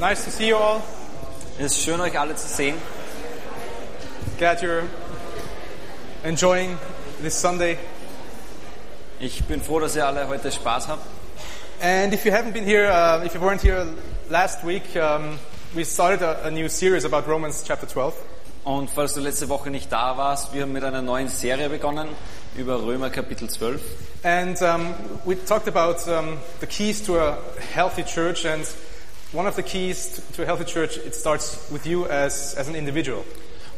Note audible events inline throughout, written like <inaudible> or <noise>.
Nice to see you all. Es ist schön, euch alle zu sehen. Glad you're enjoying this Sunday. Ich bin froh, dass ihr alle heute Spaß habt. And if you haven't been here, uh, if you weren't here last week, um, we started a, a new series about Romans chapter 12. Und falls du letzte Woche nicht da warst, wir haben mit einer neuen Serie begonnen über Römer Kapitel 12. And um, we talked about um, the keys to a healthy church. And one of the keys t- to a healthy church, it starts with you as, as an individual.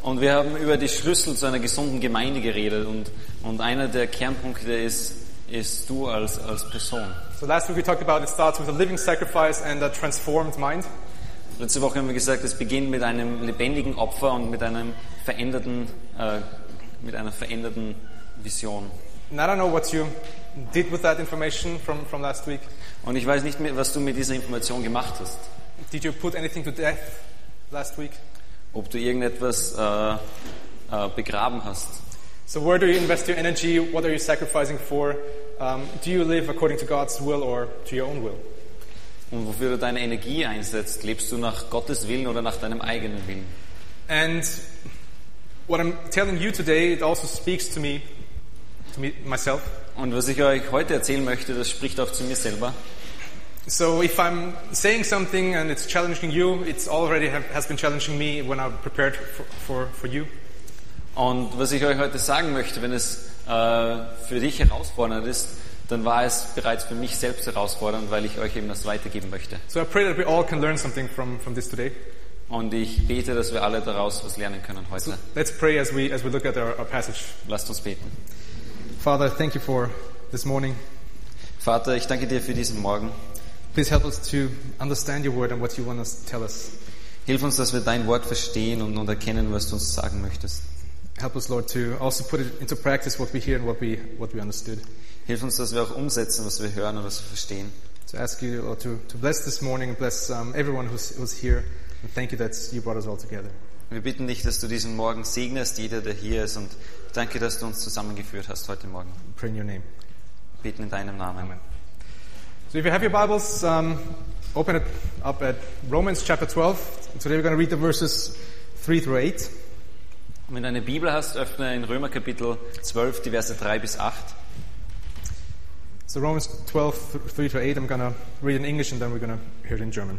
Und wir haben über die Schlüssel zu einer gesunden Gemeinde geredet. Und, und einer der Kernpunkte ist, ist du als, als Person. So last week we talked about it starts with a living sacrifice and a transformed mind. Letzte Woche haben wir gesagt, es beginnt mit einem lebendigen Opfer und mit, einem veränderten, äh, mit einer veränderten Vision. And I don't know what you did with that information from, from last week. Und ich weiß nicht mehr, was du mit dieser Information gemacht hast. Did you put anything to death last week? Ob du irgendetwas äh, äh, begraben hast. So, where do you invest your energy? What are you sacrificing for? Um, do you live according to God's will or to your own will? Und wofür du deine Energie einsetzt, lebst du nach Gottes Willen oder nach deinem eigenen Willen? And what I'm telling you today, it also speaks to me, to me myself. Und was ich euch heute erzählen möchte, das spricht auch zu mir selber. So, if I'm saying something and it's challenging you, it's already have, has been challenging me when I prepared for, for, for you. Und was ich euch heute sagen möchte, wenn es äh, für dich herausfordernd ist, dann war es bereits für mich selbst herausfordernd, weil ich euch eben das weitergeben möchte. So, I pray that we all can learn something from, from this today. Und ich bete, dass wir alle daraus was lernen können heute. Let's pray as we, as we look at our, our passage. Lasst uns beten. Father, thank you for this morning. Vater, ich danke dir für diesen Morgen. Please help us to understand your word and what you want us to tell us. Hilf uns, dass wir dein Wort verstehen und, und erkennen, was du uns sagen möchtest. Help us, Lord, to also put it into practice what we hear and what we what we understood. Hilf uns, dass wir auch umsetzen, was wir hören und was wir verstehen. So I ask you, Lord, to, to bless this morning and bless um, everyone who's, who's here. And thank you that you brought us all together. Wir bitten dich, dass du diesen Morgen segnest, jeder, der hier ist. Und danke, dass du uns zusammengeführt hast heute Morgen. We pray in your name. Wir beten in deinem Namen. Amen. So if you have your Bibles, um, open it up at Romans chapter 12. Today we're going to read the verses 3 through 8. Und Wenn du eine Bibel hast, öffne in Römer Kapitel 12, die Verse 3 bis 8. So Romans 12, th- 3 to 8, I'm going to read in English and then we're going to hear it in German.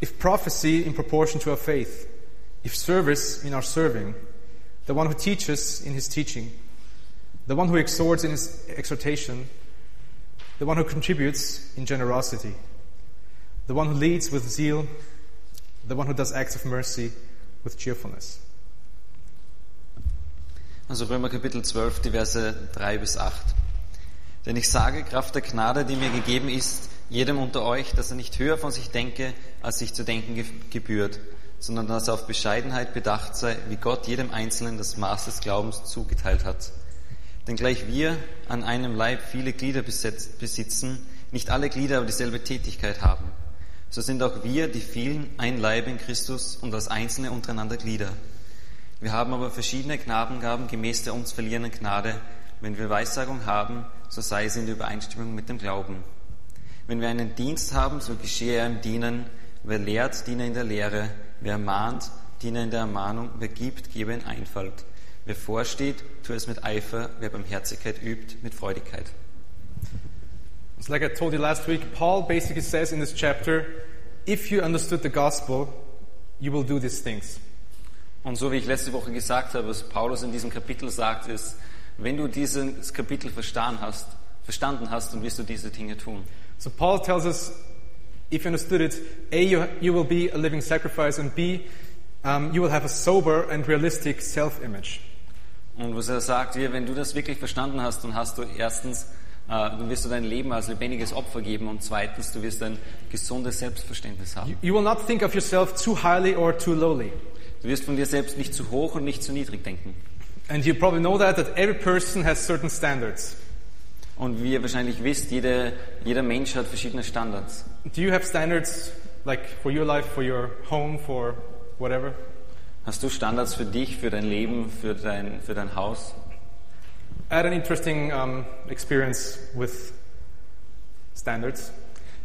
If prophecy in proportion to our faith, if service in our serving, the one who teaches in his teaching, the one who exhorts in his exhortation, the one who contributes in generosity, the one who leads with zeal, the one who does acts of mercy with cheerfulness. Also Römer Kapitel 12, die Verse 3 bis 8. Denn ich sage, Kraft der Gnade, die mir gegeben ist, jedem unter euch, dass er nicht höher von sich denke, als sich zu denken ge- gebührt, sondern dass er auf Bescheidenheit bedacht sei, wie Gott jedem Einzelnen das Maß des Glaubens zugeteilt hat. Denn gleich wir an einem Leib viele Glieder besetzt, besitzen, nicht alle Glieder aber dieselbe Tätigkeit haben. So sind auch wir, die vielen, ein Leib in Christus und als Einzelne untereinander Glieder. Wir haben aber verschiedene Gnadengaben gemäß der uns verliehenen Gnade. Wenn wir Weissagung haben, so sei es in der Übereinstimmung mit dem Glauben. Wenn wir einen Dienst haben, so geschehe er im Dienen. Wer lehrt, diene in der Lehre. Wer mahnt, diene in der Ermahnung. Wer gibt, gebe in Einfalt. Wer vorsteht, tue es mit Eifer. Wer Barmherzigkeit übt, mit Freudigkeit. It's like I told you last week, Paul basically says in this chapter, if you understood the gospel, you will do these things. Und so wie ich letzte Woche gesagt habe, was Paulus in diesem Kapitel sagt, ist, wenn du dieses Kapitel verstanden hast, verstanden hast, dann wirst du diese Dinge tun. So Paul tells us, if you understood it, A, you, you will be a living sacrifice, and B, um, you will have a sober and realistic self image. Und was er sagt, hier, wenn du das wirklich verstanden hast, dann hast du erstens äh, du wirst du dein Leben als lebendiges Opfer geben und zweitens, du wirst ein gesundes Selbstverständnis haben. You will not think of yourself too highly or too lowly. Du wirst von dir selbst nicht zu hoch und nicht zu niedrig denken. And you probably know that, that every person has certain standards. Und wie ihr wahrscheinlich wisst, jede, jeder Mensch hat verschiedene Standards. Do you have standards like for your life, for your home, for whatever? Hast du Standards für dich, für dein Leben, für dein, für dein Haus? I had an interesting um, experience with standards.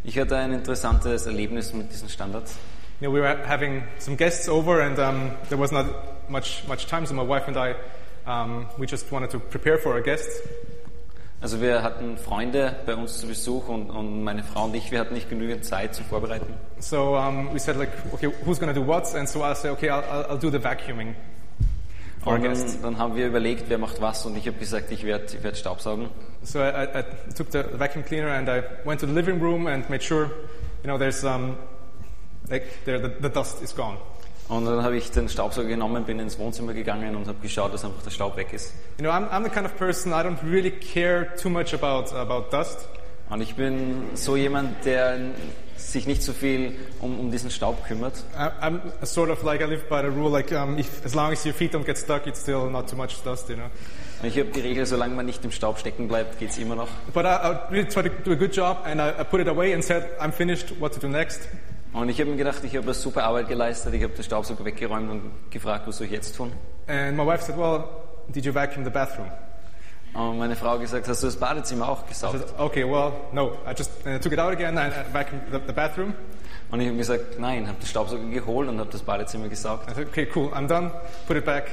Ich hatte ein interessantes Erlebnis mit diesen Standards. You know, we were having some guests over, and um, there was not much much time, so my wife and I, um, we just wanted to prepare for our guests. Also wir hatten Freunde bei uns zu Besuch und, und meine Frau und ich, wir hatten nicht genügend Zeit zum Vorbereiten. So um, we said, like, okay, who's going to do what? And so I said, okay, I'll, I'll- I'll do the vacuuming for our Und guests. dann, dann haben wir überlegt, wer macht was und ich habe gesagt, ich werde ich werd Staubsaugen. So I, I, I took the vacuum cleaner and I went to the living room and made sure, you know, there's um, like there the, the dust is gone. Und dann habe ich den Staubsauger genommen, bin ins Wohnzimmer gegangen und habe geschaut, dass einfach der Staub weg ist. You know, I'm, I'm the kind of person I don't really care too much about about dust. Und ich bin so jemand, der sich nicht so viel um, um diesen Staub kümmert. I, I'm sort of like I live by the rule like um, if, as long as your feet don't get stuck, it's still not too much dust, you know. Und ich habe die Regel, solange man nicht im Staub stecken bleibt, geht's immer noch. But I, I really tried to do a good job, and I, I put it away and said, "I'm finished. What to do next?" Und ich habe mir gedacht, ich habe eine super Arbeit geleistet, ich habe den Staubsauger weggeräumt und gefragt, was soll ich jetzt tun? And my wife said, "Well, did you vacuum the bathroom?" Und meine Frau hat gesagt, hast du das Badezimmer auch I gesaugt? said, "Okay, well, no. I just uh, took it out again and I vacuumed the, the bathroom." Und ich habe gesagt, nein, habe den Staubsauger geholt und habe das Badezimmer gesaugt. I said, "Okay, cool. I'm done. Put it back.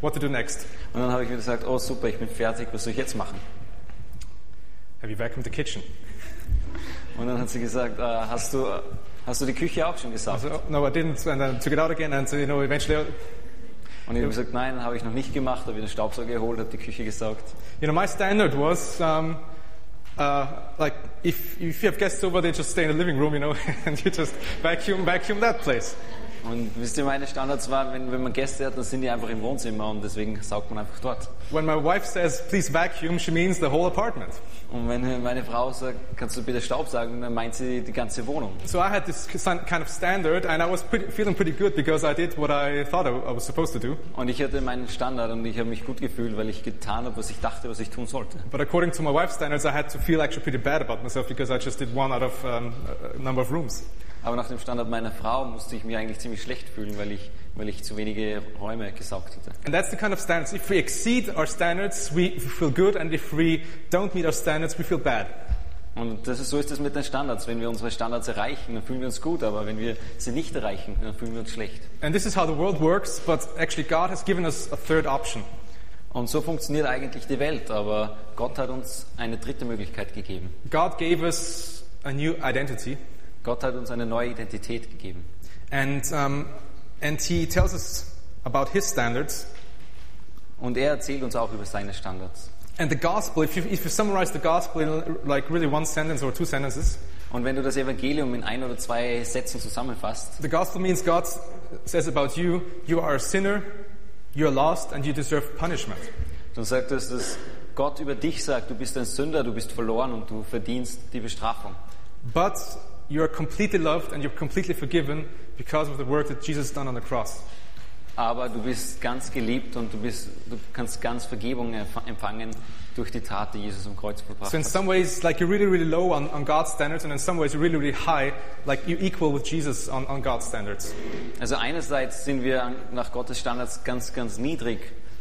What to do next? Und dann habe ich mir gesagt, oh super, ich bin fertig, was soll ich jetzt machen? Have you vacuumed the kitchen?" Und dann hat sie gesagt, äh, hast, du, hast du die Küche auch schon I gesaugt? said, oh, "No, I didn't." And then took it out again, and so, you know, eventually, Und ich habe gesagt, nein, habe ich noch nicht gemacht, habe den Staubsauger geholt, habe die Küche gesaugt. you know, my standard was. Um, uh, like if, if you have guests over, they just stay in the living room, you know, <laughs> and you just vacuum vacuum that place. Und wisst ihr, meine Standards waren, wenn, wenn man Gäste hat, dann sind die einfach im Wohnzimmer und deswegen saugt man einfach dort. When my wife says, please vacuum, she means the whole apartment. Und wenn meine Frau sagt, kannst du bitte Staub sagen, dann meint sie die ganze Wohnung. So I had this kind of standard, and I was pretty, feeling pretty good because I did what I thought I, I was supposed to do. Und ich hatte meinen Standard und ich habe mich gut gefühlt, weil ich getan habe, was ich dachte, was ich tun sollte. But according to my wife's standards, I had to feel actually pretty bad about myself because I just did one out of um, a a number of rooms. Aber nach dem Standard meiner Frau musste ich mich eigentlich ziemlich schlecht fühlen, weil ich, weil ich zu wenige Räume gesaugt hatte. And that's the kind of standards. If we exceed our standards, we we feel good, and if we don't meet our standards, we feel bad. Und das ist, so ist es mit den Standards. Wenn wir unsere Standards erreichen, dann fühlen wir uns gut, aber wenn wir sie nicht erreichen, dann fühlen wir uns schlecht. And this is how the world works, but actually, God has given us a third option. Und so funktioniert eigentlich die Welt, aber Gott hat uns eine dritte Möglichkeit gegeben. God gave us a new identity. Gott hat uns eine neue Identität gegeben. And, um, and he tells us about his standards. Und er erzählt uns auch über seine Standards. And the gospel, if you, if you summarize the gospel in like really one sentence or two sentences, Und wenn du das Evangelium in ein oder zwei Sätzen zusammenfasst, the gospel means God says about you, you are a sinner, you're lost, and you deserve punishment. dann sagt es, dass Gott über dich sagt, du bist ein Sünder, du bist verloren und du verdienst die Bestrafung. But you are completely loved and you're completely forgiven because of the work that Jesus done on the cross. Aber du bist ganz geliebt und du, bist, du kannst ganz Vergebung erf- empfangen durch die Tat, die Jesus am Kreuz vollbracht So in hat. some ways, like you're really, really low on, on God's standards, and in some ways you're really, really high, like you're equal with Jesus on, on God's standards. Also einerseits sind wir an- nach Gottes Standards ganz, ganz niedrig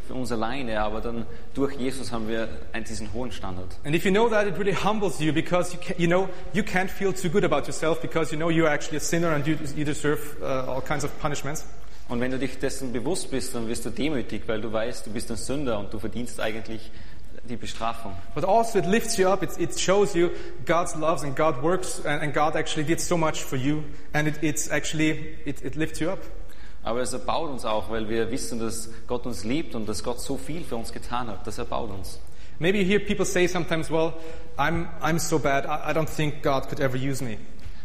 für uns alleine, aber dann durch Jesus haben wir einen- diesen hohen Standard. And if you know that, it really humbles you because you, can, you know you can't feel too good about yourself because you know you're actually a sinner and you, you deserve uh, all kinds of punishments. Und wenn du dich dessen bewusst bist, dann wirst du demütig, weil du weißt, du bist ein Sünder und du verdienst eigentlich die Bestrafung. But also it lifts you up. It, it shows you God's love and God works and, and God actually did so much for you. And it, it's actually it, it lifts you up. Aber es erbaut uns auch, weil wir wissen, dass Gott uns liebt und dass Gott so viel für uns getan hat. Das erbaut uns. Maybe you hear people say sometimes, "Well, I'm I'm so bad. I, I don't think God could ever use me."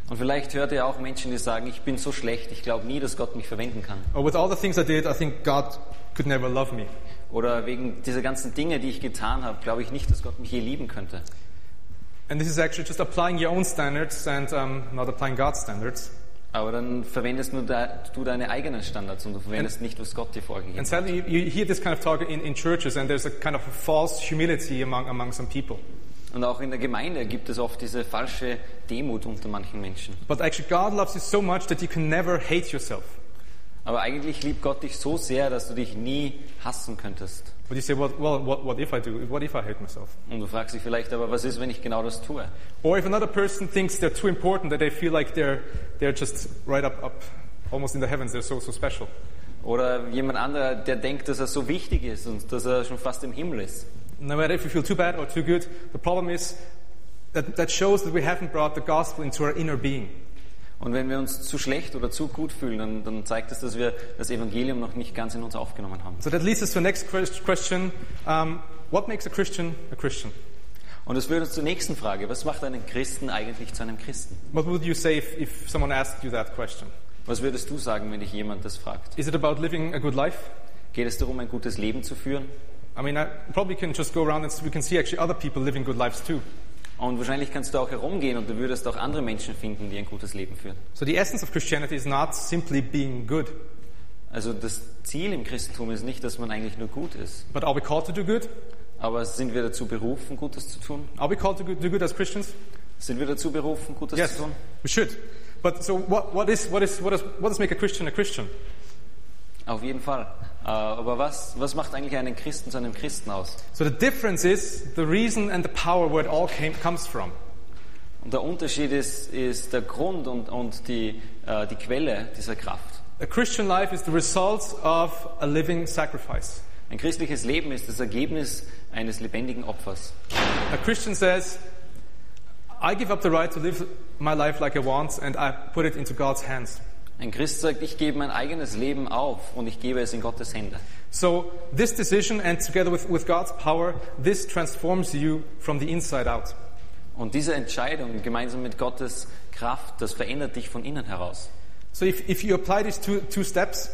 Und vielleicht hört ihr auch Menschen, die sagen, ich bin so schlecht, ich glaube nie, dass Gott mich verwenden kann. Or Uh, with all the things I did, I think God could never love me. Oder wegen dieser ganzen Dinge, die ich getan habe, glaube ich nicht, dass Gott mich je lieben könnte. And this is actually just applying your own standards and um, not applying God's standards. Aber dann verwendest nur de, du deine eigenen Standards und du verwendest nicht, was Gott dir vorgegeben And hat. sadly, you, you hear this kind of talk in, in churches, and there's a kind of false humility among, among some people. Und auch in der Gemeinde gibt es oft diese falsche Demut unter manchen Menschen. But actually, God loves you so much that you can never hate yourself. Aber eigentlich liebt Gott dich so sehr, dass du dich nie hassen könntest. But you say, well, well what, what if I do? What if I hate myself? Und du fragst dich vielleicht, aber was ist, wenn ich genau das tue? Or if another person thinks they're too important, that they feel like they're, they're just right up, up, almost in the heavens, they're so, so special. Oder jemand anderer, der denkt, dass er so wichtig ist und dass er schon fast im Himmel ist. No matter if we feel too bad or too good, the problem is that that shows that we haven't brought the gospel into our inner being. Und wenn wir uns zu schlecht oder zu gut fühlen, dann, dann zeigt es, dass wir das Evangelium noch nicht ganz in uns aufgenommen haben. So that leads us to the next quest- question. Um, what makes a Christian a Christian? Und das führt uns zur nächsten Frage. Was macht einen Christen eigentlich zu einem Christen? What would you say if, if someone asked you that question? Was würdest du sagen, wenn dich jemand das fragt? Is it about living a good life? Geht es darum, ein gutes Leben zu führen? I mean, I probably can just go around and s- we can see actually other people living good lives too. Und wahrscheinlich kannst du auch herumgehen und du würdest auch andere Menschen finden, die ein gutes Leben führen. So the essence of Christianity is not simply being good, Also das Ziel im Christentum ist nicht, dass man eigentlich nur gut ist. but are we called to do good? Aber sind wir dazu berufen, Gutes zu tun? Are we called to go- do good as Christians? Sind wir dazu berufen, Gutes zu tun? we should. But so what, what is what is what does what does make a Christian a Christian? Auf jeden Fall. Äh, Aber was, was macht eigentlich einen Christen zu einem Christen aus? So the difference is the reason and the power where it all came, comes from. Und der Unterschied ist, ist der Grund und, und die, äh, die Quelle dieser Kraft. A Christian life is the result of a living sacrifice. Ein christliches Leben ist das Ergebnis eines lebendigen Opfers. A Christian says, "I give up the right to live my life like I want, and I put it into God's hands." Ein Christ sagt, ich gebe mein eigenes Leben auf und ich gebe es in Gottes Hände. So this decision, and together with, with God's power, this transforms you from the inside out. Und diese Entscheidung gemeinsam mit Gottes Kraft, das verändert dich von innen heraus. So if, if you apply these two, two steps,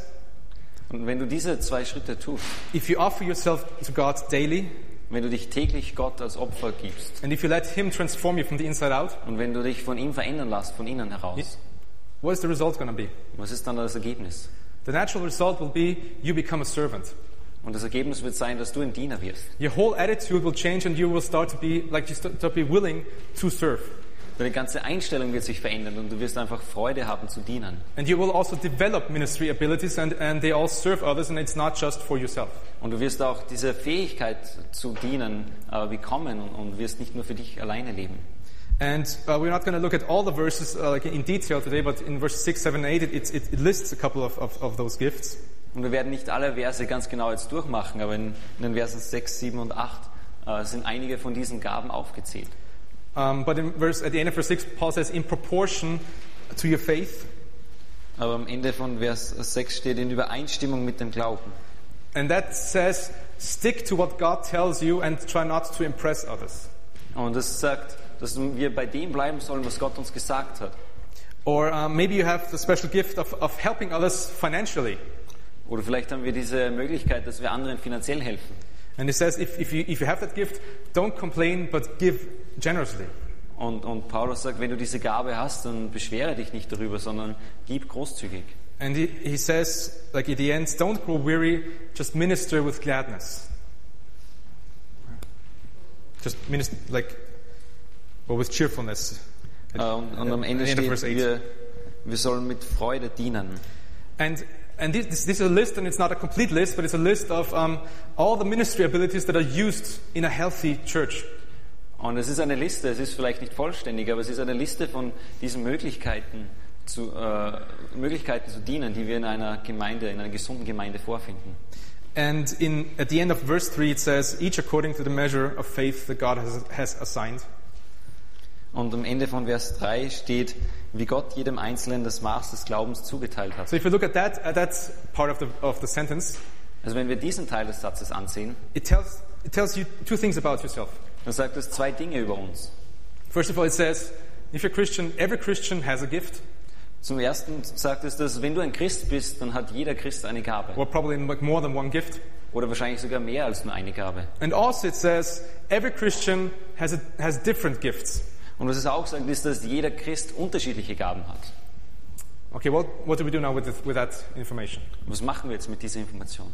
Und wenn du diese zwei Schritte tust, if you offer yourself to God daily, wenn du dich täglich Gott als Opfer gibst and if you let Him transform you from the inside out, und wenn du dich von ihm verändern lässt, von innen heraus, what is the result going to be? was ist dann das Ergebnis? The natural result will be you become a servant. Und das Ergebnis wird sein, dass du ein Diener wirst. Your whole attitude will change, and you will start to be like you start to be willing to serve, Deine ganze Einstellung wird sich verändern und du wirst einfach Freude haben zu dienen. and you will also develop ministry abilities, and, and they all serve others, and it's not just for yourself. Und du wirst auch diese Fähigkeit zu dienen äh, bekommen und, und wirst nicht nur für dich alleine leben. And uh, we're not going to look at all the verses uh, like in detail today, but in verse six, seven, eight, it, it, it lists a couple of, of, of those gifts. Und wir werden nicht alle Verse ganz genau jetzt durchmachen, aber in, in den Versen 6, 7 und 8 äh, sind einige von diesen Gaben aufgezählt. Um, but in verse, at the end of verse 6, Paul says, in proportion to your faith. Aber am Ende von Vers 6 steht in Übereinstimmung mit dem Glauben. And that says, stick to what God tells you and try not to impress others. Und das sagt, dass wir bei dem bleiben sollen, was Gott uns gesagt hat. Or um, maybe you have the special gift of, of helping others financially. Oder vielleicht haben wir diese Möglichkeit, dass wir anderen finanziell helfen. And it says, if, if, you, if you have that gift, don't complain, but give generously. Und, und Paulus sagt, wenn du diese Gabe hast, dann beschwere dich nicht darüber, sondern gib großzügig. And he, he says, like at the end, don't grow weary, just minister with gladness. Just minister, like, or with cheerfulness. Äh, Und, und am Ende At the end of steht, verse eight. wir, wir sollen mit Freude dienen. And and this, this, this is a list, and it's not a complete list, but it's a list of um, all the ministry abilities that are used in a healthy church. Und es ist eine Liste, es ist vielleicht nicht vollständig, aber es ist eine Liste von diesen Möglichkeiten zu, äh, Möglichkeiten zu dienen, die wir in einer Gemeinde, in einer gesunden Gemeinde vorfinden. And in at the end of verse three, it says, "Each according to the measure of faith that God has, has assigned." Und am Ende von Vers 3 steht, wie Gott jedem Einzelnen das Maß des Glaubens zugeteilt hat. So if we look at that at that part of the of the sentence, Also wenn wir diesen Teil des Satzes ansehen, it tells it tells you two things about yourself. dann sagt es zwei Dinge über uns. First of all, it says, if you're Christian, every Christian has a gift, Zum Ersten sagt es, dass wenn du ein Christ bist, dann hat jeder Christ eine Gabe. or probably like more than one gift. oder wahrscheinlich sogar mehr als nur eine Gabe. And also, it says every Christian has, a, has different gifts. Und was es auch sagt, ist, dass jeder Christ unterschiedliche Gaben hat. Okay, what, what do we do now with, this, with that information? Was machen wir jetzt mit dieser Information?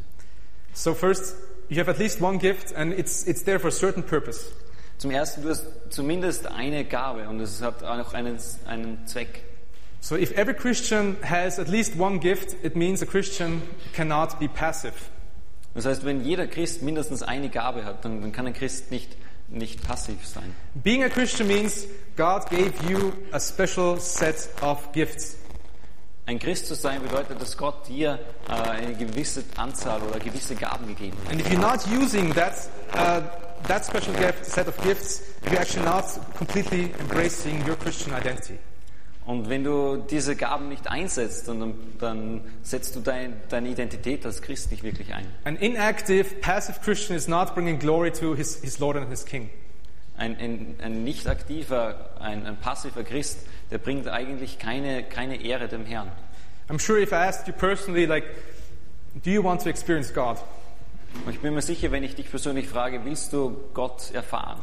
So, first, you have at least one gift, and it's, it's there for a certain purpose. Zum Ersten, du hast zumindest eine Gabe und es hat auch einen, einen Zweck. So, if every Christian has at least one gift, it means a Christian cannot be passive. Das heißt, wenn jeder Christ mindestens eine Gabe hat, dann, dann kann ein Christ nicht, nicht passiv sein. Being a Christian means God gave you a special set of gifts. Ein Christ zu sein bedeutet, dass Gott dir äh, eine gewisse Anzahl oder gewisse Gaben gegeben hat. And if you're not using that, uh, that special gift, set of gifts, you're actually not completely embracing your Christian identity. Und wenn du diese Gaben nicht einsetzt, dann, dann setzt du dein, deine Identität als Christ nicht wirklich ein. An inactive, passive Christian is not bringing glory to his, his Lord and his King. Ein, ein, ein nicht aktiver, ein, ein passiver Christ, der bringt eigentlich keine, keine Ehre dem Herrn. I'm sure if I asked you personally, like, do you want to experience God? Und ich bin mir sicher, wenn ich dich persönlich frage, willst du Gott erfahren?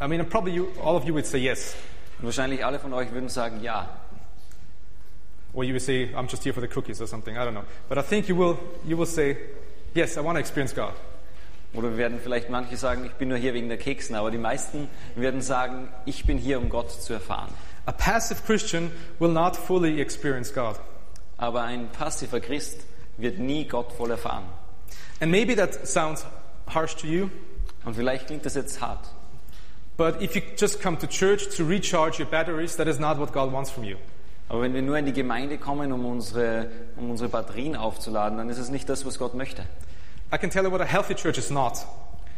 I mean, probably you, all of you would say yes. Und wahrscheinlich alle von euch würden sagen, ja. Or you would say, I'm just here for the cookies or something, I don't know. But I think you will, you will say, yes, I want to experience God. Oder wir werden vielleicht manche sagen, ich bin nur hier wegen der Keksen, aber die meisten werden sagen, ich bin hier, um Gott zu erfahren. A passive Christian will not fully experience God. Aber ein passiver Christ wird nie Gott voll erfahren. And maybe that sounds harsh to you, Und vielleicht klingt das jetzt hart, but if you just come to church to recharge your batteries, that is not what God wants from you. aber wenn wir nur in die Gemeinde kommen, um unsere, um unsere Batterien aufzuladen, dann ist es nicht das, was Gott möchte. I can tell you what a healthy church is not.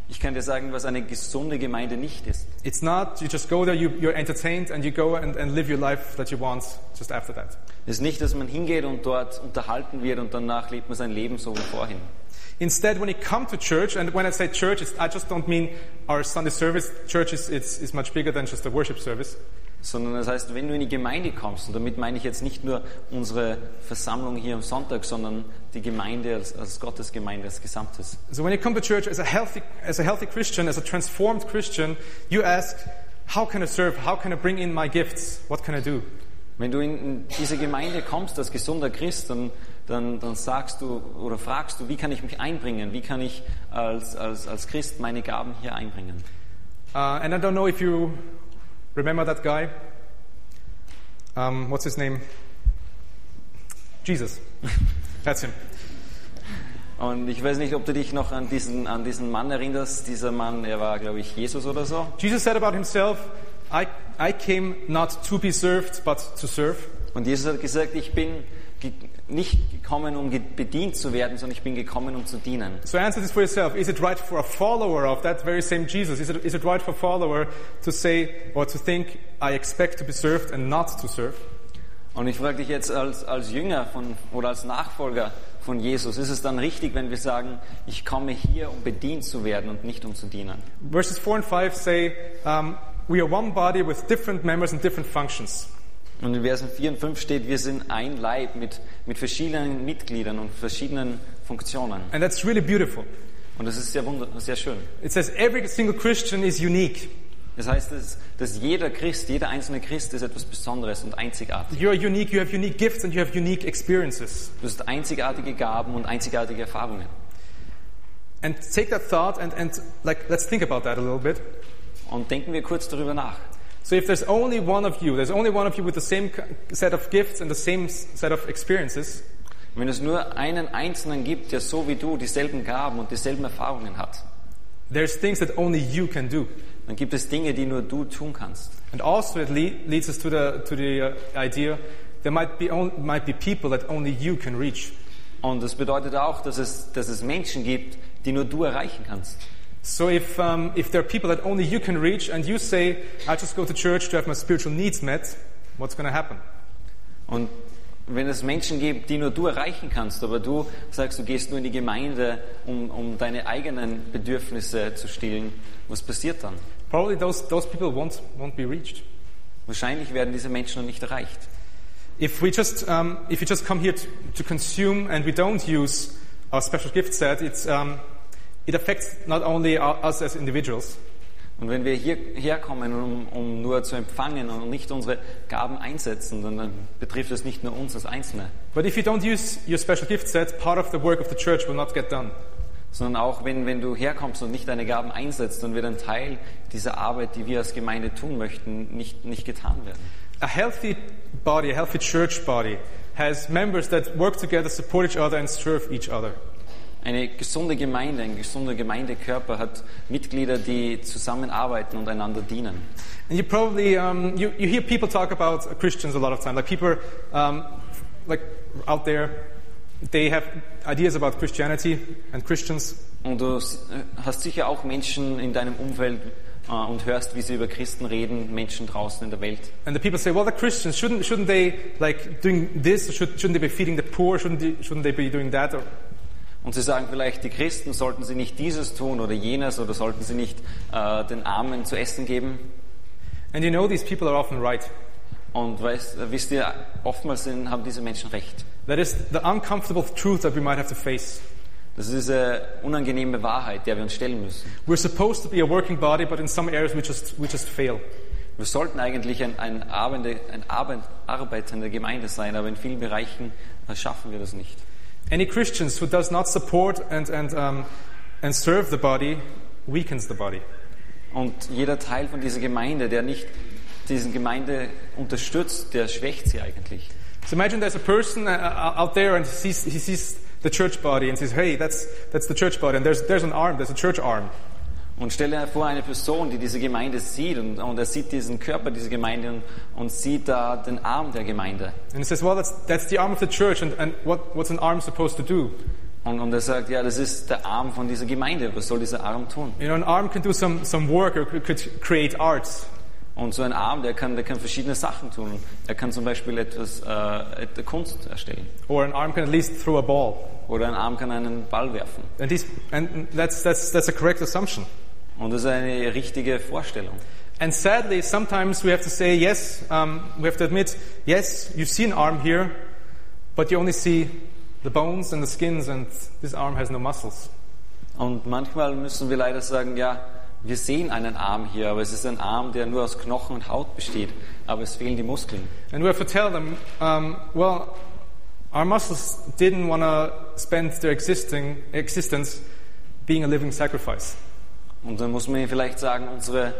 Ich kann dir sagen, was eine gesunde Gemeinde nicht ist. It's not, you just go there, you, you're entertained, and you go and, and live your life that you want just after that. Es ist nicht, dass man hingeht und dort unterhalten wird und danach lebt man sein Leben so wie vorhin. Instead, when you come to church, and when I say church, it's, I just don't mean our Sunday service. Church is it's, is much bigger than just a worship service. Sondern das heißt, wenn du in die Gemeinde kommst, und damit meine ich jetzt nicht nur unsere Versammlung hier am Sonntag, sondern die Gemeinde als, als Gottesgemeinde als Gesamtes. So when you come to church as a healthy, as a healthy Christian, as a transformed Christian, you ask, how can I serve? How can I bring in my gifts? What can I do? Wenn du in diese Gemeinde kommst als gesunder Christ, dann, dann, dann sagst du oder fragst du, wie kann ich mich einbringen? Wie kann ich als, als, als Christ meine Gaben hier einbringen? Uh, and I don't know if you remember that guy. Um, what's his name? Jesus. <laughs> That's him. Und ich weiß nicht, ob du dich noch an diesen, an diesen Mann erinnerst. Dieser Mann, er war, glaube ich, Jesus oder so. Jesus said about himself, I, I came not to be served, but to serve. Und Jesus hat gesagt, ich bin ge- nicht gekommen, um ge- bedient zu werden, sondern ich bin gekommen, um zu dienen. So answer this for yourself. Is it right for a follower of that very same Jesus? Is it, is it right for a follower to say or to think, I expect to be served and not to serve? Und ich frage dich jetzt als, als Jünger von, oder als Nachfolger von Jesus, ist es dann richtig, wenn wir sagen, ich komme hier, um bedient zu werden und nicht um zu dienen? Verses 4 and 5 say, um, We are one body with different members and different functions. Und in Versen 4 und 5 steht, wir sind ein Leib mit, mit verschiedenen Mitgliedern und verschiedenen Funktionen. And that's really beautiful. Und das ist sehr, wunder sehr schön. It says every single Christian is unique. Das heißt, dass, dass jeder Christ, jeder einzelne Christ ist etwas Besonderes und einzigartig. You are unique, you have unique gifts, and you have unique experiences. Du hast einzigartige Gaben und einzigartige Erfahrungen. And take that thought and, and like, let's think about that a little bit. Und denken wir kurz darüber nach. So if there's only one of you, there's only one of you with the same k- set of gifts and the same s- set of experiences, Wenn es nur einen Einzelnen gibt, der so wie du dieselben Gaben und dieselben Erfahrungen hat, there's things that only you can do. dann gibt es Dinge, die nur du tun kannst. And also it le- leads us to the, to the uh, idea there might be, on, might be people that only you can reach. Und das bedeutet auch, dass es, dass es Menschen gibt, die nur du erreichen kannst. So if, um, if there are people that only you can reach and you say, I just go to church to have my spiritual needs met, what's going to happen? Und wenn es Menschen gibt, die nur du erreichen kannst, aber du sagst, du gehst nur in die Gemeinde, um, um deine eigenen Bedürfnisse zu stillen, was passiert dann? Probably those, those people won't, won't be reached. Wahrscheinlich werden diese Menschen noch nicht erreicht. If we just, um, if you just come here to, to consume and we don't use our special gift set, it's, um, it affects not only our- us as individuals, Und wenn wir hierher kommen, um, um nur zu empfangen und nicht unsere Gaben einsetzen, dann dann betrifft es nicht nur uns als Einzelne, but if you don't use your special gift set, part of the work of the church will not get done. sondern auch wenn, wenn du herkommst und nicht deine Gaben einsetzt, dann wird ein Teil dieser Arbeit, die wir als Gemeinde tun möchten, nicht, nicht getan werden. A healthy body, a healthy church body, has members that work together, support each other, and serve each other. Eine gesunde Gemeinde, ein gesunder Gemeindekörper hat Mitglieder, die zusammenarbeiten und einander dienen. And you probably um, you, you hear people talk about Christians a lot of time. Like people um, like out there, they have ideas about Christianity and Christians. Und du s- äh, hast sicher auch Menschen in deinem Umfeld äh, und hörst, wie sie über Christen reden, Menschen draußen in der Welt. And the people say, well, the Christians shouldn't shouldn't they like doing this? Should, shouldn't they be feeding the poor? Shouldn't they, shouldn't they be doing that? Or, Und sie sagen vielleicht, die Christen sollten sie nicht dieses tun oder jenes oder sollten sie nicht äh, den Armen zu essen geben. and you know, these people are often right. Und weißt, äh, wisst ihr, oftmals sind, haben diese Menschen recht. That is the uncomfortable truth that we might have to face. Das ist diese unangenehme Wahrheit, der wir uns stellen müssen. We're supposed to be a working body, but in some areas we just we just fail. Wir sollten eigentlich ein, ein, arbeitende, ein Arbeit, arbeitende Gemeinde sein, aber in vielen Bereichen äh, schaffen wir das nicht. Any Christians who does not support and and um, and serve the body weakens the body. Und jeder Teil von dieser Gemeinde, der nicht diesen Gemeinde unterstützt, der schwächt sie eigentlich. So imagine there's a person uh, uh, out there and he sees, he sees the church body and says, hey, that's, that's the church body. And there's, there's an arm, there's a church arm. Und stelle dir vor, eine Person, die diese Gemeinde sieht und, und er sieht diesen Körper dieser Gemeinde und, und sieht da den Arm der Gemeinde. And he says, well, that's, that's the arm of the church. And, and what, what's an arm supposed to do? Und, und er sagt, ja, das ist der Arm von dieser Gemeinde. Was soll dieser Arm tun? You know, an arm can do some, some work or could- could create arts. Und so ein Arm, der kann, der kann verschiedene Sachen tun. Er kann zum Beispiel etwas, äh, et- Kunst erstellen. Or an arm can at least throw a ball. Oder ein Arm kann einen Ball werfen. And, these, and that's, that's, that's a correct assumption. Und das ist eine richtige Vorstellung. And sadly, sometimes we have to say, yes, um, we have to admit, yes, you see an arm here, but you only see the bones and the skins, and this arm has no muscles. Und manchmal müssen wir leider sagen, ja, wir sehen einen Arm hier, aber es ist ein Arm, der nur aus Knochen und Haut besteht, aber es fehlen die Muskeln. And we have to tell them, um, well, our muscles didn't want to spend their existing existence being a living sacrifice. Und dann muss man ihnen vielleicht sagen, unsere,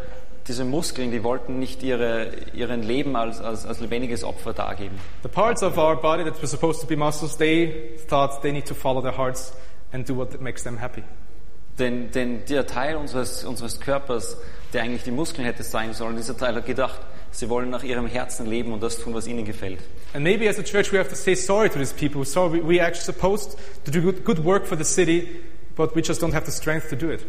diese Muskeln, die wollten nicht ihre, ihren Leben als, als, als lebendiges Opfer dargeben. The parts of our body that were supposed to be muscles, they thought they need to follow their hearts and do what makes them happy. Denn, denn der Teil unseres, unseres Körpers, der eigentlich die Muskeln hätte sein sollen, dieser Teil hat gedacht, sie wollen nach ihrem Herzen leben und das tun, was ihnen gefällt. And maybe as a church, we have to say sorry to these people. Sorry, we, we actually supposed to do good, good work for the city, but we just don't have the strength to do it.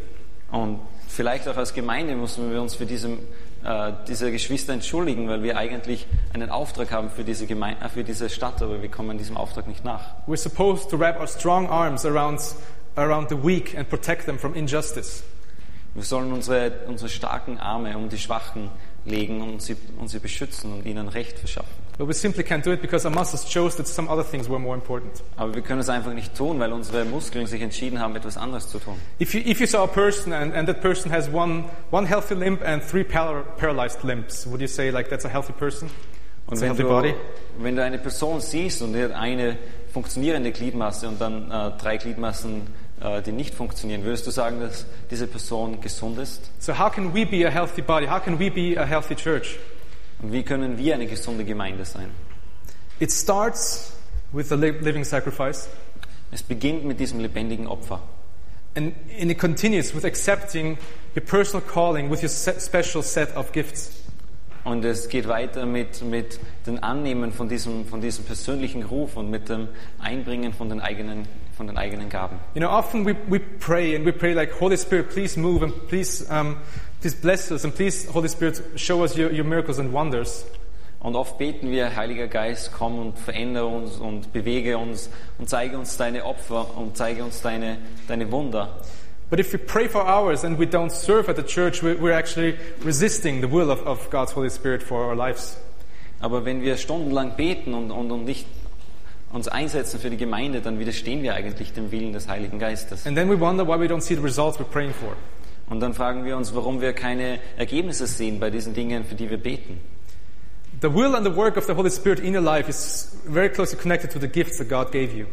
Und vielleicht auch als Gemeinde müssen wir uns für diesem, äh, diese Geschwister entschuldigen, weil wir eigentlich einen Auftrag haben für diese, Gemeinde, äh, für diese Stadt, aber wir kommen diesem Auftrag nicht nach. We're supposed to wrap our strong arms around, around the weak and protect them from injustice. Wir sollen unsere, unsere starken Arme um die Schwachen legen und sie, und sie beschützen und ihnen Recht verschaffen. But we simply can't do it because our muscles chose that some other things were more important. Aber wir können es einfach nicht tun, weil unsere Muskeln sich entschieden haben, etwas anderes zu tun. If you, if you saw a person and, and that person has one, one healthy limb and three par- paralyzed limbs, would you say, like, that's a healthy person? Und It's a wenn healthy du, body? wenn du eine Person siehst und die hat eine funktionierende Gliedmaße und dann äh, drei Gliedmaßen, äh, die nicht funktionieren, würdest du sagen, dass diese Person gesund ist? So, how can we be a healthy body? How can we be a healthy church? Und wie können wir eine gesunde Gemeinde sein? It starts with the li- living sacrifice, Es beginnt mit diesem lebendigen Opfer. and, and it continues with accepting your personal calling with your se- special set of gifts. Und es geht weiter mit, mit dem Annehmen von diesem, von diesem persönlichen Ruf und mit dem Einbringen von den eigenen, von den eigenen Gaben. You know, often we, we pray and we pray like, Holy Spirit, please move and please, um, please bless us and please, Holy Spirit, show us your, your miracles and wonders. Und oft beten wir, Heiliger Geist, komm und verändere uns und bewege uns und zeige uns deine Opfer und zeige uns deine, deine Wunder. But if we pray for hours and we don't serve at the church, we, we're actually resisting the will of, of God's Holy Spirit for our lives. Aber wenn wir stundenlang beten und, und, und nicht uns einsetzen für die Gemeinde, dann widerstehen wir eigentlich dem Willen des Heiligen Geistes. And then we wonder why we don't see the results we're praying for. Und dann fragen wir uns, warum wir keine Ergebnisse sehen bei diesen Dingen, für die wir beten. The will and the work of the Holy Spirit in your life is very closely connected to the gifts that God gave you.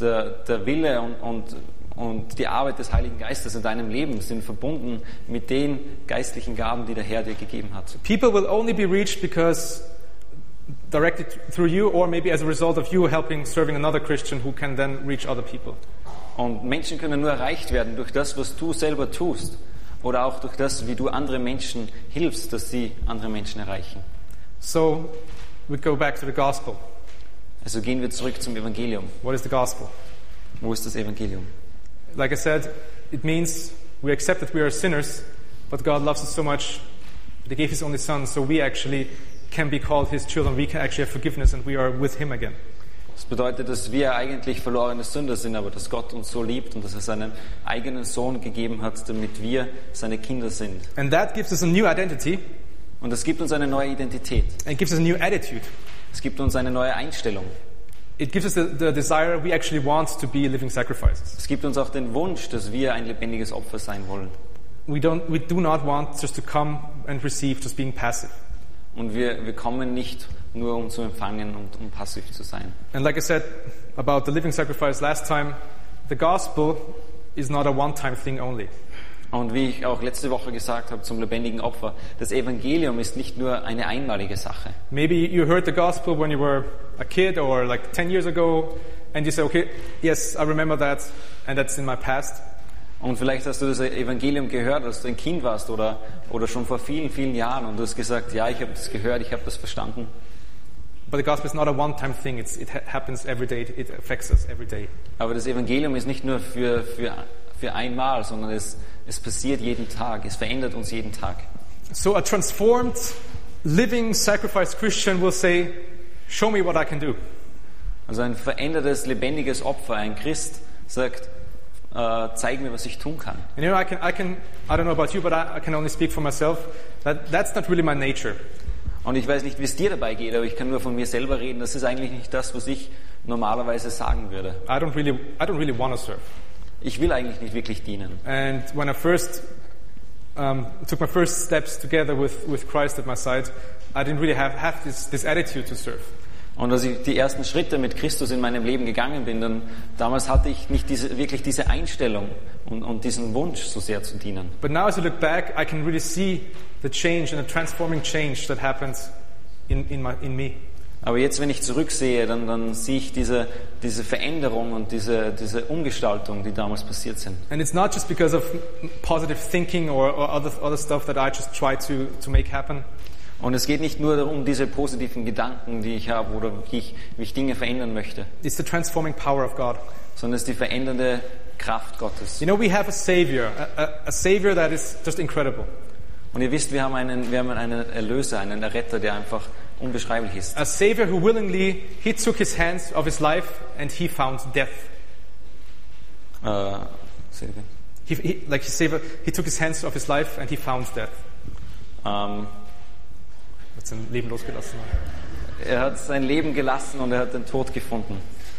Der, der Wille und, und, und die Arbeit des Heiligen Geistes in deinem Leben sind verbunden mit den geistlichen Gaben, die der Herr dir gegeben hat. People will only be reached because directed through you, or maybe as a result of you helping serving another Christian who can then reach other people. Und Menschen können nur erreicht werden durch das, was du selber tust oder auch durch das, wie du andere Menschen hilfst, dass sie andere Menschen erreichen. So we go back to the gospel. Also gehen wir zurück zum Evangelium. What is the gospel? Wo ist das Evangelium? Like I said, it means we accept that we are sinners, but God loves us so much that He gave His only Son, so we actually can be called His children. We can actually have forgiveness, and we are with Him again. Das bedeutet, dass wir eigentlich verlorene Sünder sind, aber dass Gott uns so liebt und dass er seinen eigenen Sohn gegeben hat, damit wir seine Kinder sind. And that gives us a new identity Und das gibt uns eine neue Identität. and gives us a new attitude. Es gibt uns eine neue Einstellung. It gives us the, the desire we actually want to be living sacrifices. Es gibt uns auch den Wunsch, dass wir ein lebendiges Opfer sein wollen. We, don't, we do not want just to come and receive, just being passive. Und wir, wir kommen nicht nur, um zu empfangen und um passiv zu sein. And like I said about the living sacrifice last time, the gospel is not a one time thing only. Und wie ich auch letzte Woche gesagt habe zum lebendigen Opfer, das Evangelium ist nicht nur eine einmalige Sache. Maybe you heard the gospel when you were a kid or like 10 years ago, and you say, okay, yes, I remember that, and that's in my past. Und vielleicht hast du das Evangelium gehört, als du ein Kind warst oder, oder schon vor vielen, vielen Jahren und du hast gesagt, ja, ich habe das gehört, ich habe das verstanden. But the gospel is not a one time thing, it's, it ha- happens every day, it it affects us every day. Aber das Evangelium ist nicht nur für, für, für einmal, sondern es, es passiert jeden Tag, es verändert uns jeden Tag. So a transformed, living, sacrificed Christian will say, show me what I can do. Also ein verändertes, lebendiges Opfer, ein Christ sagt, äh, zeig mir, was ich tun kann. And you know, I can, I can, I don't know about you, but I, I can only speak for myself. That, that's not really my nature. Und ich weiß nicht, wie es dir dabei geht, aber ich kann nur von mir selber reden. Das ist eigentlich nicht das, was ich normalerweise sagen würde. I don't really, I don't really want to serve. Ich will eigentlich nicht wirklich dienen. And when I first um, took my first steps together with, with Christ at my side, I didn't really have, have this, this attitude to serve. Und als ich die ersten Schritte mit Christus in meinem Leben gegangen bin, dann damals hatte ich nicht diese, wirklich diese Einstellung und, und diesen Wunsch, so sehr zu dienen. But now, as I look back, I can really see the change and the transforming change that happens in, in, my, in me. Aber jetzt, wenn ich zurücksehe, dann, dann sehe ich diese, diese Veränderung und diese, diese Umgestaltung, die damals passiert sind. And it's not just because of positive thinking or, or other, other stuff that I just try to, to make happen. Und es geht nicht nur darum, diese positiven Gedanken, die ich habe oder wie ich, wie ich Dinge verändern möchte, It's the transforming power of God. sondern es ist die verändernde Kraft Gottes. You know, we have a Savior, a, a, a Savior that is just incredible. Und ihr wisst, wir haben einen, wir haben einen Erlöser, einen Erretter, der einfach unbeschreiblich ist. A Savior who willingly, he took his hands of his life and he found death. Äh, He, he, like his Savior, he took his hands off his life and he found death. ähm, That's in Leben losgelassen. er hat sein Leben gelassen und er hat den Tod gefunden.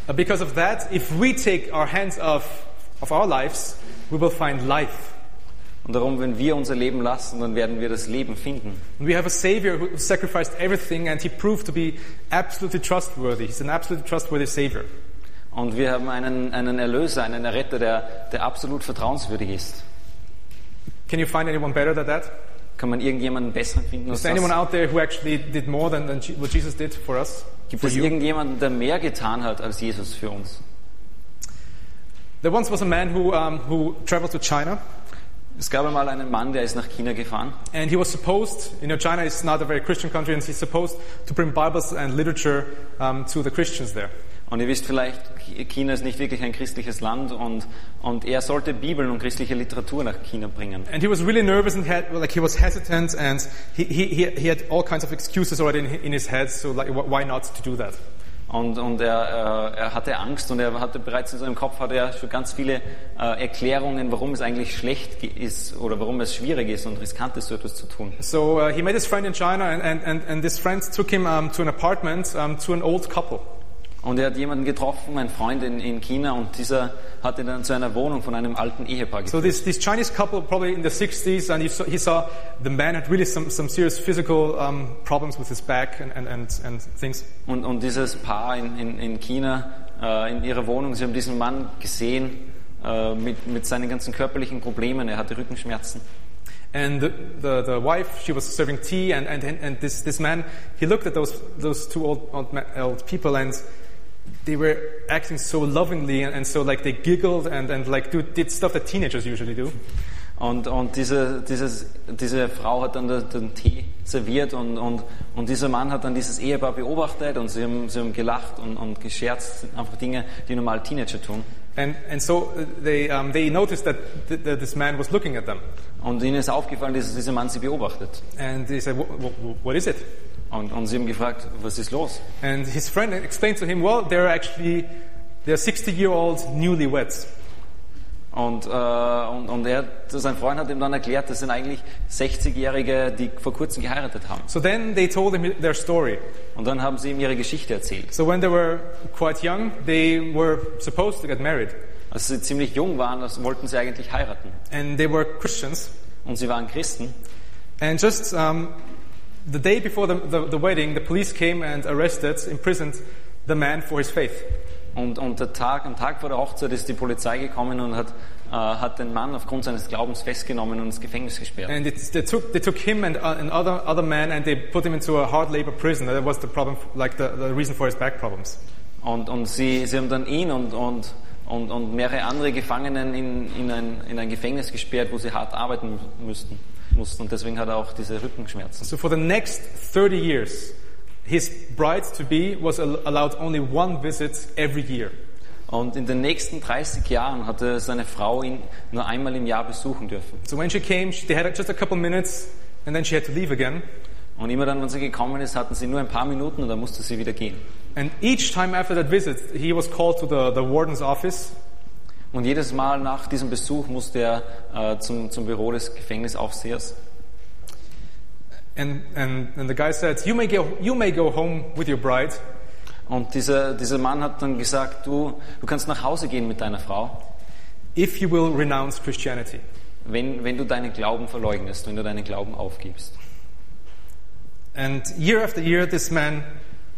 Uh, Because of that, if we take our hands off of our lives, we will find life. Und darum, wenn wir unser Leben lassen, dann werden wir das Leben finden. And we have a Savior who sacrificed everything and he proved to be absolutely trustworthy. He's an absolutely trustworthy Savior. Und wir haben einen, einen Erlöser, einen Erretter, der, der absolut vertrauenswürdig ist. Can you find anyone better than that? Kann man irgendjemanden besseren finden als Is there anyone das? out there who actually did more than, than Je- what Jesus did for us? Gibt For es you? irgendjemanden, der mehr getan hat als Jesus für uns? There once was a man who, um, who traveled to China, Es gab einmal einen Mann, der ist nach China gefahren and he was supposed, you know, China is not a very Christian country, and he's supposed to bring Bibles and literature um, to the Christians there. Und ihr wisst vielleicht, China ist nicht wirklich ein christliches Land und, und er sollte Bibeln und christliche Literatur nach China bringen. And he was really nervous and had, like, he was hesitant, and he, he, he he had all kinds of excuses already in, in his head, so, like, wh- why not to do that? Und, und er, äh, er hatte Angst und er hatte bereits in seinem Kopf hatte er schon ganz viele äh, Erklärungen, warum es eigentlich schlecht ge- ist oder warum es schwierig ist und riskant ist, so etwas zu tun. So uh, he met his friend in China, and, and, and, and this friend took him um, to an apartment um, to an old couple. Und er hat jemanden getroffen, einen Freund in, in China, und dieser hat ihn dann zu einer Wohnung von einem alten Ehepaar So geführt. this, this Chinese couple, probably in the 60s, and he saw, he saw the man had really some, some serious physical um, problems with his back and, and, and, and things. Und, und dieses Paar in, in, in China, äh, in ihrer Wohnung, sie haben diesen Mann gesehen äh, mit, mit seinen ganzen körperlichen Problemen. Er hatte Rückenschmerzen. And the, the, the wife, she was serving tea, and, and, and this, this man, he looked at those, those two old, old, ma- old people, and they were acting so lovingly, and, and so like they giggled and, and like do, did stuff that teenagers usually do. Und, und diese, dieses, diese Frau hat dann den, den Tee serviert und, und, und dieser Mann hat dann dieses Ehepaar beobachtet und sie haben, sie haben gelacht und, und gescherzt, einfach Dinge, die normal Teenager tun. And, and so uh, they, um, they noticed that th- th- this man was looking at them. Und ihnen ist aufgefallen, dass dieser Mann sie beobachtet. And they said, "Wh- wh- What is it? Und, und sie haben gefragt, was ist los? And his friend explained to him, Well, they're actually they're 60 year old newlyweds. Und, äh, und, und er, sein Freund hat ihm dann erklärt, das sind eigentlich 60-Jährige, die vor kurzem geheiratet haben. So then they told him their story. Und dann haben sie ihm ihre Geschichte erzählt. So when they were quite young, they were supposed to get married. Als sie ziemlich jung waren, das wollten sie eigentlich heiraten. And they were Christians. Und sie waren Christen. And just um, the day before the, the, the wedding, the police came and arrested, imprisoned the man for his faith. Und, und der Tag, am Tag vor der Hochzeit ist die Polizei gekommen und hat, äh, hat den Mann aufgrund seines Glaubens festgenommen und ins Gefängnis gesperrt. And it, they, took, they took him and uh, another other man and they put him into a hard labor prison. That was the problem, like the, the reason for his back problems. Und, und sie, sie haben dann ihn und, und, und, und mehrere andere Gefangenen in, in, ein, in ein Gefängnis gesperrt, wo sie hart arbeiten müssten, mussten. Und deswegen hat er auch diese Rückenschmerzen. So for the next 30 years, his bride to be was al- allowed only one visit every year. Und in den nächsten 30 Jahren hat er seine Frau ihn nur einmal im Jahr besuchen dürfen. So when she came, she, they had just a couple minutes and then she had to leave again. Und immer dann, wenn sie gekommen ist, hatten sie nur ein paar Minuten und dann musste sie wieder gehen. And each time after that visit, he was called to the, the warden's office Und jedes Mal nach diesem Besuch musste er äh, zum, zum Büro des Gefängnisaufsehers. and, and, and the guy said, you may, go, you may go home with your bride, Und dieser, dieser Mann hat dann gesagt, du, du kannst nach Hause gehen mit deiner Frau, if you will renounce Christianity. wenn, wenn du deinen Glauben verleugnest, wenn du deinen Glauben aufgibst. And year after year, this man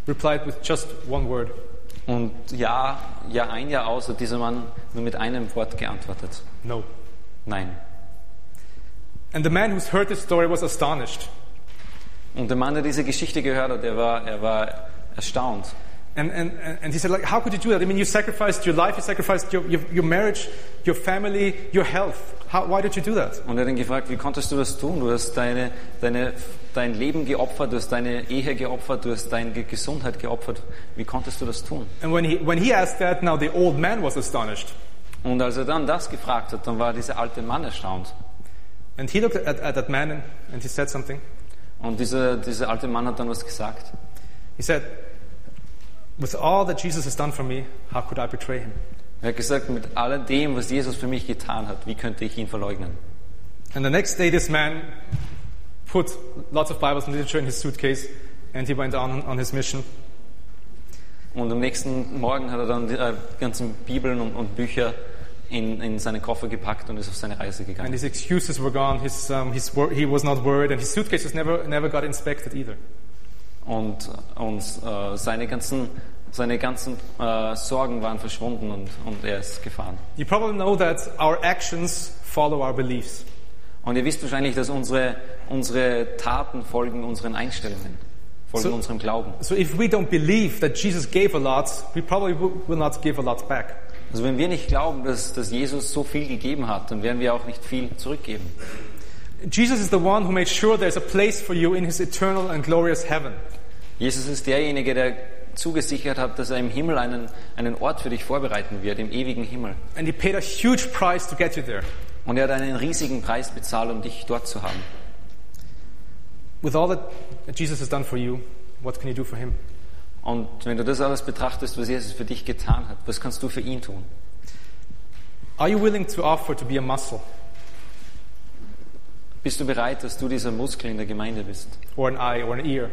replied with just one word. Und ja, ja ein Jahr aus hat dieser Mann nur mit einem Wort geantwortet. No. Nein. And the man who's heard this story was astonished. Und der Mann, der diese Geschichte gehört hat, er war, er war erstaunt. And, and, and he said, like, how could you do that? I mean, you sacrificed your life, you sacrificed your, your, your marriage, your family, your health. How, why did you do that? Und er hat ihn gefragt, wie konntest du das tun? Du hast deine, deine, dein Leben geopfert, du hast deine Ehe geopfert, du hast deine Ge- Gesundheit geopfert. Wie konntest du das tun? And when he, when he asked that, now the old man was astonished. Und als er dann das gefragt hat, dann war dieser alte Mann erstaunt. And he looked at, at that man and, and he said something. Und dieser, dieser alte Mann hat dann was gesagt. He said, with all that Jesus has done for me, how could I betray him? Er hat gesagt, mit all dem, was Jesus für mich getan hat, wie könnte ich ihn verleugnen? And the next day, this man put lots of Bibles and literature in his suitcase and he went on on his mission. Und am nächsten Morgen hat er dann die äh, ganzen Bibeln und, und Bücher in, in seine Koffer gepackt und ist auf seine Reise And gegangen. his excuses were gone. His, um, his wor- he was not worried, and his suitcases never, never got inspected either. Und, und äh, seine ganzen, seine ganzen äh, Sorgen waren verschwunden und, und er ist gefahren. You probably know that our actions follow our beliefs. Und ihr wisst wahrscheinlich, dass unsere, unsere Taten folgen unseren Einstellungen, folgen So- unserem Glauben. So if we don't believe that Jesus gave a lot, we probably w- will not give a lot back. Also wenn wir nicht glauben, dass, dass Jesus so viel gegeben hat, dann werden wir auch nicht viel zurückgeben. Jesus is the one who made sure there's a place for you in his eternal and glorious heaven. Jesus ist derjenige, der zugesichert hat, dass er im Himmel einen, einen Ort für dich vorbereiten wird, im ewigen Himmel. And he paid a huge price to get you there. Und er hat einen riesigen Preis bezahlt, um dich dort zu haben. With all that Jesus has done for you, what can you do for him? Und wenn du das alles betrachtest, was Jesus für dich getan hat, was kannst du für ihn tun? Are you willing to offer to be a muscle Bist du bereit, dass du dieser Muskel in der Gemeinde bist? or an eye or an ear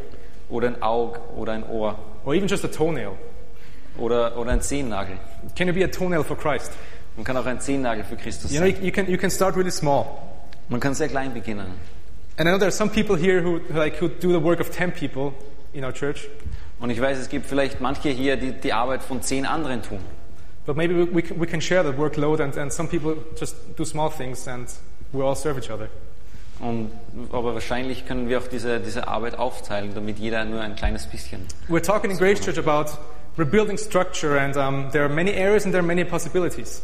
Oder ein Aug oder ein Ohr or even just a toenail? Oder, oder ein Zehennagel. Can you be a toenail for Christ? Man kann auch ein Zehennagel für Christus You know, sein. you can, you can start really small. Man kann sehr klein beginnen. And I know there are some people here who, who like, who do the work of 10 people in our church, Und ich weiß, es gibt vielleicht manche hier, die die Arbeit von zehn anderen tun. but maybe we, we, can, we can share the workload and, and some people just do small things and we all serve each other. Und, aber wahrscheinlich können wir auch diese, diese Arbeit aufteilen, damit jeder nur ein kleines bisschen. We're talking in Grace Church about rebuilding structure, and um, there are many areas and there are many possibilities.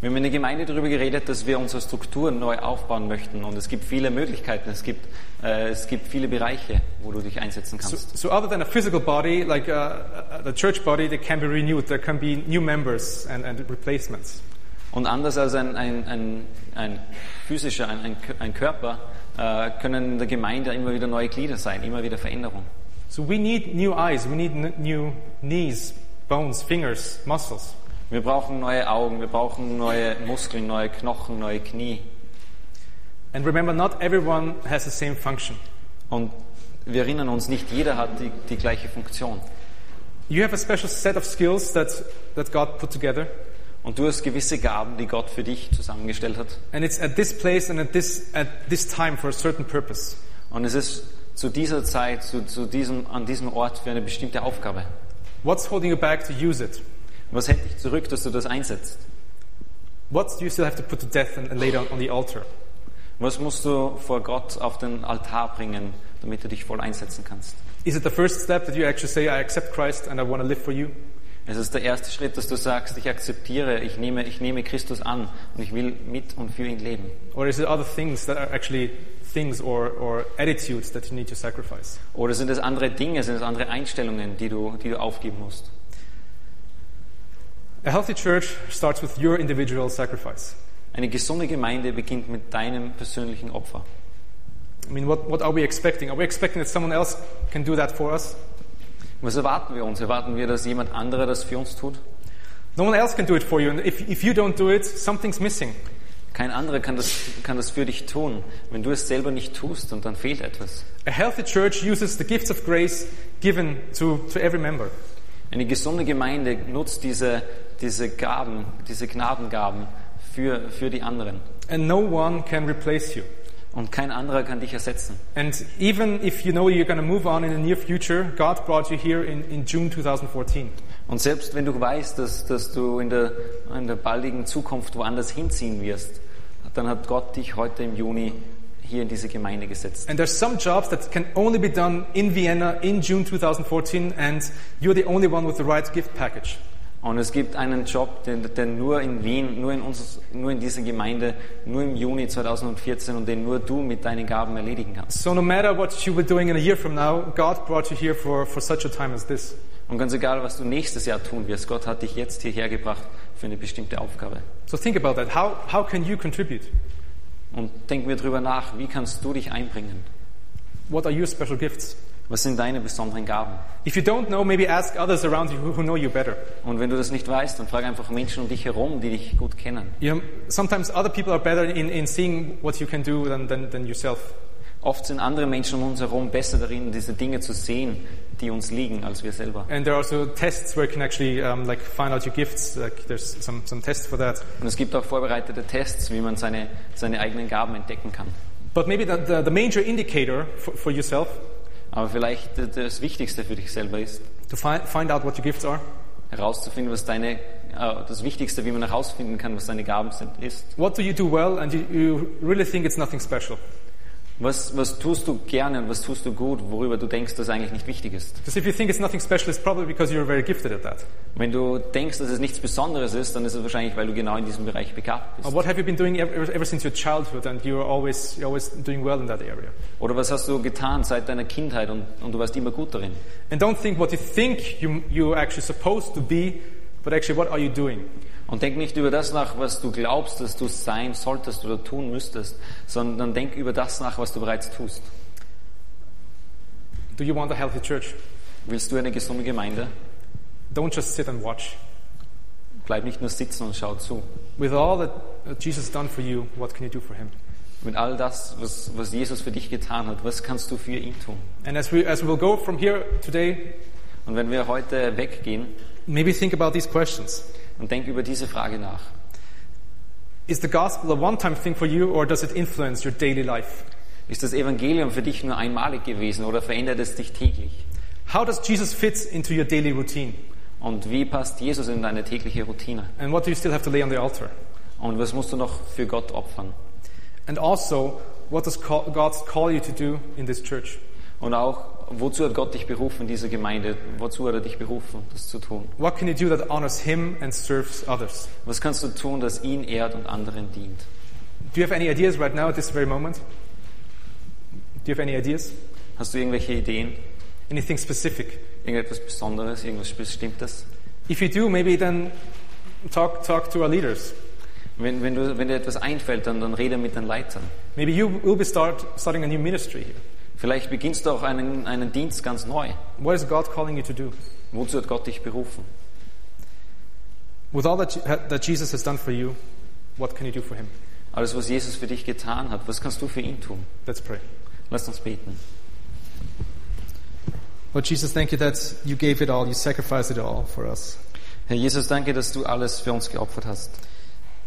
Wir haben in der Gemeinde darüber geredet, dass wir unsere Strukturen neu aufbauen möchten. Und es gibt viele Möglichkeiten, es gibt, äh, es gibt viele Bereiche, wo du dich einsetzen So, kannst. so other than a physical body, like uh, uh, the church body, that can be renewed. There can be new members and, and replacements. Und anders als ein, ein, ein, ein physischer, ein, ein, ein Körper, äh, können in der Gemeinde immer wieder neue Glieder sein, immer wieder Veränderung. So we need new eyes, we need n- new knees, bones, fingers, muscles. Wir brauchen neue Augen, wir brauchen neue Muskeln, neue Knochen, neue Knie. And remember, not everyone has the same function. Und wir erinnern uns, nicht jeder hat die, die gleiche Funktion. You have a special set of skills that, that God put together, Und du hast gewisse Gaben, die Gott für dich zusammengestellt hat. and it's at this place and at this, at this time for a certain purpose. Und es ist zu dieser Zeit, zu, zu diesem, an diesem Ort für eine bestimmte Aufgabe. What's holding you back to use it? Was hält dich zurück, dass du das einsetzt? What do you still have to put to death and, and lay down on the altar? Was musst du vor Gott auf den Altar bringen, damit du dich voll einsetzen kannst? Is it the first step that you actually say, I accept Christ and I want to live for you? Es ist der erste Schritt, dass du sagst, ich akzeptiere, ich nehme, ich nehme Christus an und ich will mit und für ihn leben. Or is it other things that are actually things or, or attitudes that you need to sacrifice? Oder sind es andere Dinge, sind es andere Einstellungen, die du, die du aufgeben musst? A healthy church starts with your individual sacrifice. Eine gesunde Gemeinde beginnt mit deinem persönlichen Opfer. I mean, what, what are we expecting? Are we expecting that someone else can do that for us? Was erwarten wir uns? Erwarten wir, dass jemand anderer das für uns tut? No one else can do it for you, and if, if you don't do it, something's missing. Kein anderer kann das, kann das für dich tun. Wenn du es selber nicht tust, und dann fehlt etwas. A healthy church uses the gifts of grace given to, to every member. Eine gesunde Gemeinde nutzt diese, diese Gaben, diese Gnadengaben für, für die anderen. And no one can replace you. Und kein anderer kann dich ersetzen. And even if you know you're going to move on in the near future, God brought you here in, in June 2014. Und selbst wenn du weißt, dass, dass du in der, in der baldigen Zukunft woanders hinziehen wirst, dann hat Gott dich heute im Juni hier in diese Gemeinde gesetzt. And there's some jobs that can only be done in Vienna in June 2014, and you're the only one with the right gift package. Und es gibt einen Job, den, den nur in Wien, nur in, uns, nur in dieser Gemeinde, nur im Juni 2014 und den nur du mit deinen Gaben erledigen kannst. So no matter what you were doing in a year from now, God brought you here for, for such a time as this. Und ganz egal, was du nächstes Jahr tun wirst, Gott hat dich jetzt hierher gebracht für eine bestimmte Aufgabe. So think about that. How, how can you contribute? Und denk mir drüber nach, wie kannst du dich einbringen? What are your special gifts? Was sind deine besonderen Gaben? If you don't know, maybe ask others around you who, who know you better. Und wenn du das nicht weißt, dann frag einfach Menschen um dich herum, die dich gut kennen. You know, sometimes other people are better in, in seeing what you can do than, than, than yourself. Oft sind andere Menschen um uns herum besser darin, diese Dinge zu sehen, die uns liegen, als wir selber. And there are also tests where you can actually um, like find out your gifts. Like there's some, some tests for that. Und es gibt auch vorbereitete Tests, wie man seine, seine eigenen Gaben entdecken kann. But maybe the, the, the major indicator for, for yourself Aber vielleicht d- das Wichtigste für dich selber ist, to fi- find out what your gifts are. herauszufinden, was deine, äh, das Wichtigste, wie man herausfinden kann, was deine Gaben sind, ist. What do you do well and you, you really think it's nothing special? Was, was tust du gerne und was tust du gut, worüber du denkst, dass eigentlich nicht wichtig ist? Because if you think it's nothing special, it's probably because you're very gifted at that. Wenn du denkst, dass es nichts Besonderes ist, dann ist es wahrscheinlich, weil du genau in diesem Bereich begabt Or bist. Uh, what have you been doing ever, ever since your childhood and you're always, you're always doing well in that area? Oder was hast du getan seit deiner Kindheit und, und du warst immer gut darin? And don't think what you think you, you're actually supposed to be, but actually what are you doing? Und denk nicht über das nach, was du glaubst, dass du sein solltest oder tun müsstest, sondern denk über das nach, was du bereits tust. Do you want a healthy church? Willst du eine gesunde Gemeinde? Don't just sit and watch. Bleib nicht nur sitzen und schau zu. With all that uh, Jesus done for you, what can you do for him? Mit all das, was, was Jesus für dich getan hat, was kannst du für ihn tun? And as we, as we will go from here today, Und wenn wir heute weggehen, Maybe think about these questions. Und denk über diese Frage nach. Is the gospel a one time thing for you, or does it influence your daily life? Ist das Evangelium für dich nur einmalig gewesen oder verändert es dich täglich? How does Jesus fit into your daily routine? Und wie passt Jesus in deine tägliche Routine? And what do you still have to lay on the altar? Und was musst du noch für Gott opfern? And also, what does call, God call you to do in this church? Und auch, wozu hat Gott dich berufen, diese Gemeinde? Wozu hat er dich berufen, das zu tun? What can you do that honors Him and serves others? Was kannst du tun, das ihn ehrt und anderen dient? Do you have any ideas right now at this very moment? Do you have any ideas? Hast du irgendwelche Ideen? Anything specific? Irgendetwas Besonderes? Irgendwas Bestimmtes? If you do, maybe then talk, talk to our leaders. Wenn, wenn, du, wenn dir etwas einfällt, dann, dann rede mit den Leitern. Maybe you will be start, starting a new ministry here. Vielleicht beginnst du auch einen, einen Dienst ganz neu. What is God calling you to do? Wozu hat Gott dich berufen? With all that, Je- that Jesus has done for you, what can you do for Him? Alles, was Jesus für dich getan hat, was kannst du für ihn tun? Let's pray. Lass uns beten. Lord Jesus, thank you that you gave it all, you sacrificed it all for us. Herr Jesus, danke, dass du alles für uns geopfert hast.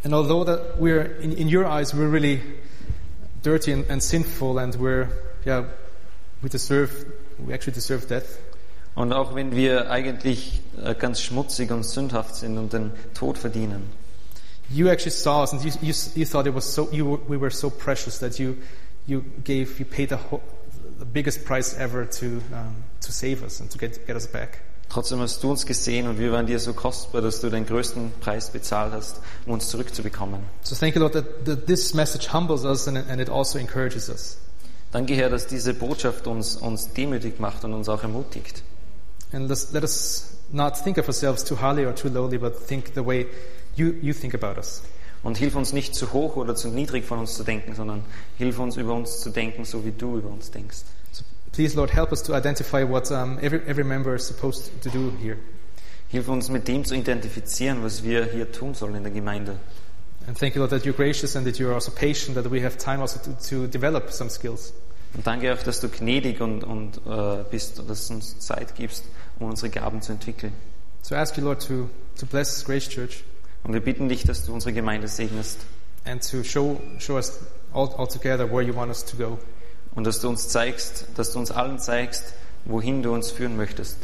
And although that we're in, in your eyes we're really dirty and, and sinful, and we're yeah, we deserve we actually deserve death. Und auch wenn wir eigentlich äh, ganz schmutzig und sündhaft sind und den Tod verdienen, You actually saw us, and you, you, you thought it was so you were, we were so precious that you you gave you paid the, whole, the biggest price ever to um, to save us and to get get us back. trotzdem hast du uns gesehen und wir waren dir so kostbar, dass du den größten Preis bezahlt hast, um uns zurückzubekommen. So thank you, Lord, that, that this message humbles us and, and it also encourages us. Danke, Herr, dass diese Botschaft uns, uns demütig macht und uns auch ermutigt. And let's, let us not think of ourselves too highly or too lowly, but think the way you, you think about us. Und hilf uns nicht zu hoch oder zu niedrig von uns zu denken, sondern hilf uns über uns zu denken, so wie du über uns denkst. So please, Lord, help us to identify what um, every, every member is supposed to do here. Hilf uns mit dem zu identifizieren, was wir hier tun sollen in der Gemeinde. And thank you, Lord, that you're gracious and that you're also patient, that we have time also to, to develop some skills. Und danke auch, dass du gnädig und, und äh, bist und dass du uns Zeit gibst, um unsere Gaben zu entwickeln. So I ask you, Lord, to, to bless Grace Church Und wir bitten dich, dass du unsere Gemeinde segnest and to show, show us all, all together where you want us to go. und dass du uns zeigst, dass du uns allen zeigst, wohin du uns führen möchtest.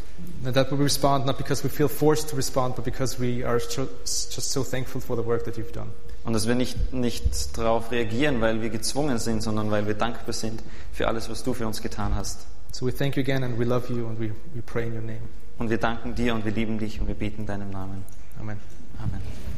And that we respond not because we feel forced to respond, but because we are so, just so thankful for the work that you've done. Und dass wir nicht, nicht darauf reagieren, weil wir gezwungen sind, sondern weil wir dankbar sind für alles, was du für uns getan hast. So we thank you again and we love you and we, we pray in your name. Und wir danken dir und wir lieben dich und wir beten deinem Namen. Amen. Amen.